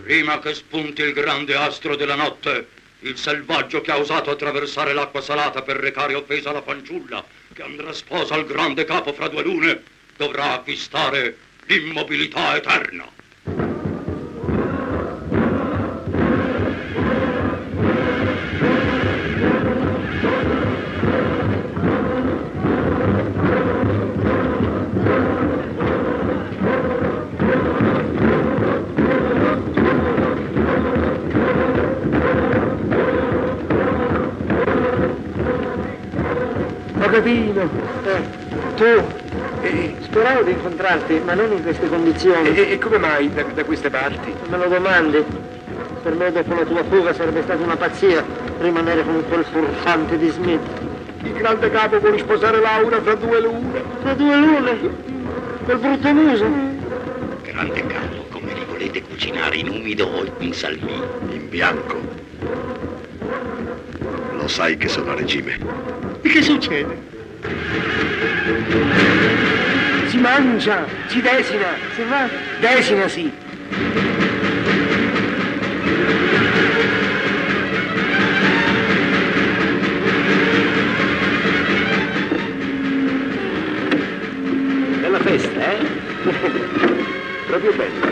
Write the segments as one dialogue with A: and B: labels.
A: Prima che spunti il grande astro della notte, il selvaggio che ha osato attraversare l'acqua salata per recare offesa alla fanciulla, che andrà sposa al grande capo fra due lune, dovrà acquistare l'immobilità eterna.
B: Agapino, eh, tu eh,
C: E,
B: speravo di incontrarti, ma non in queste condizioni.
C: e- e come mai da, da queste parti?
B: Non Me lo domandi. Per me dopo la tua fuga sarebbe stata una pazzia rimanere con quel furfante di Smith.
C: Il grande capo vuole sposare Laura fra due lune. Mm.
B: Tra due lune, quel brutto muso.
D: Grande capo, come li volete cucinare in umido o in salmì?
E: In bianco. Lo sai che sono a regime.
C: E che succede?
B: Si mangia, si desina, si va, desina sì.
F: Bella festa, eh? Proprio bella.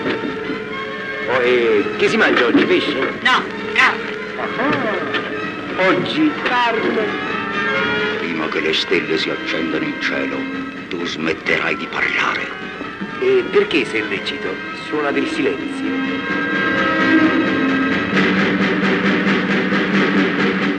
F: Oh, e che si mangia oggi, pesce?
G: No, carne.
F: Oggi
D: Prima che le stelle si accendano in
E: Cioè,
D: cielo, tu smetterai di parlare.
F: E perché se è lecito? Suona del silenzio.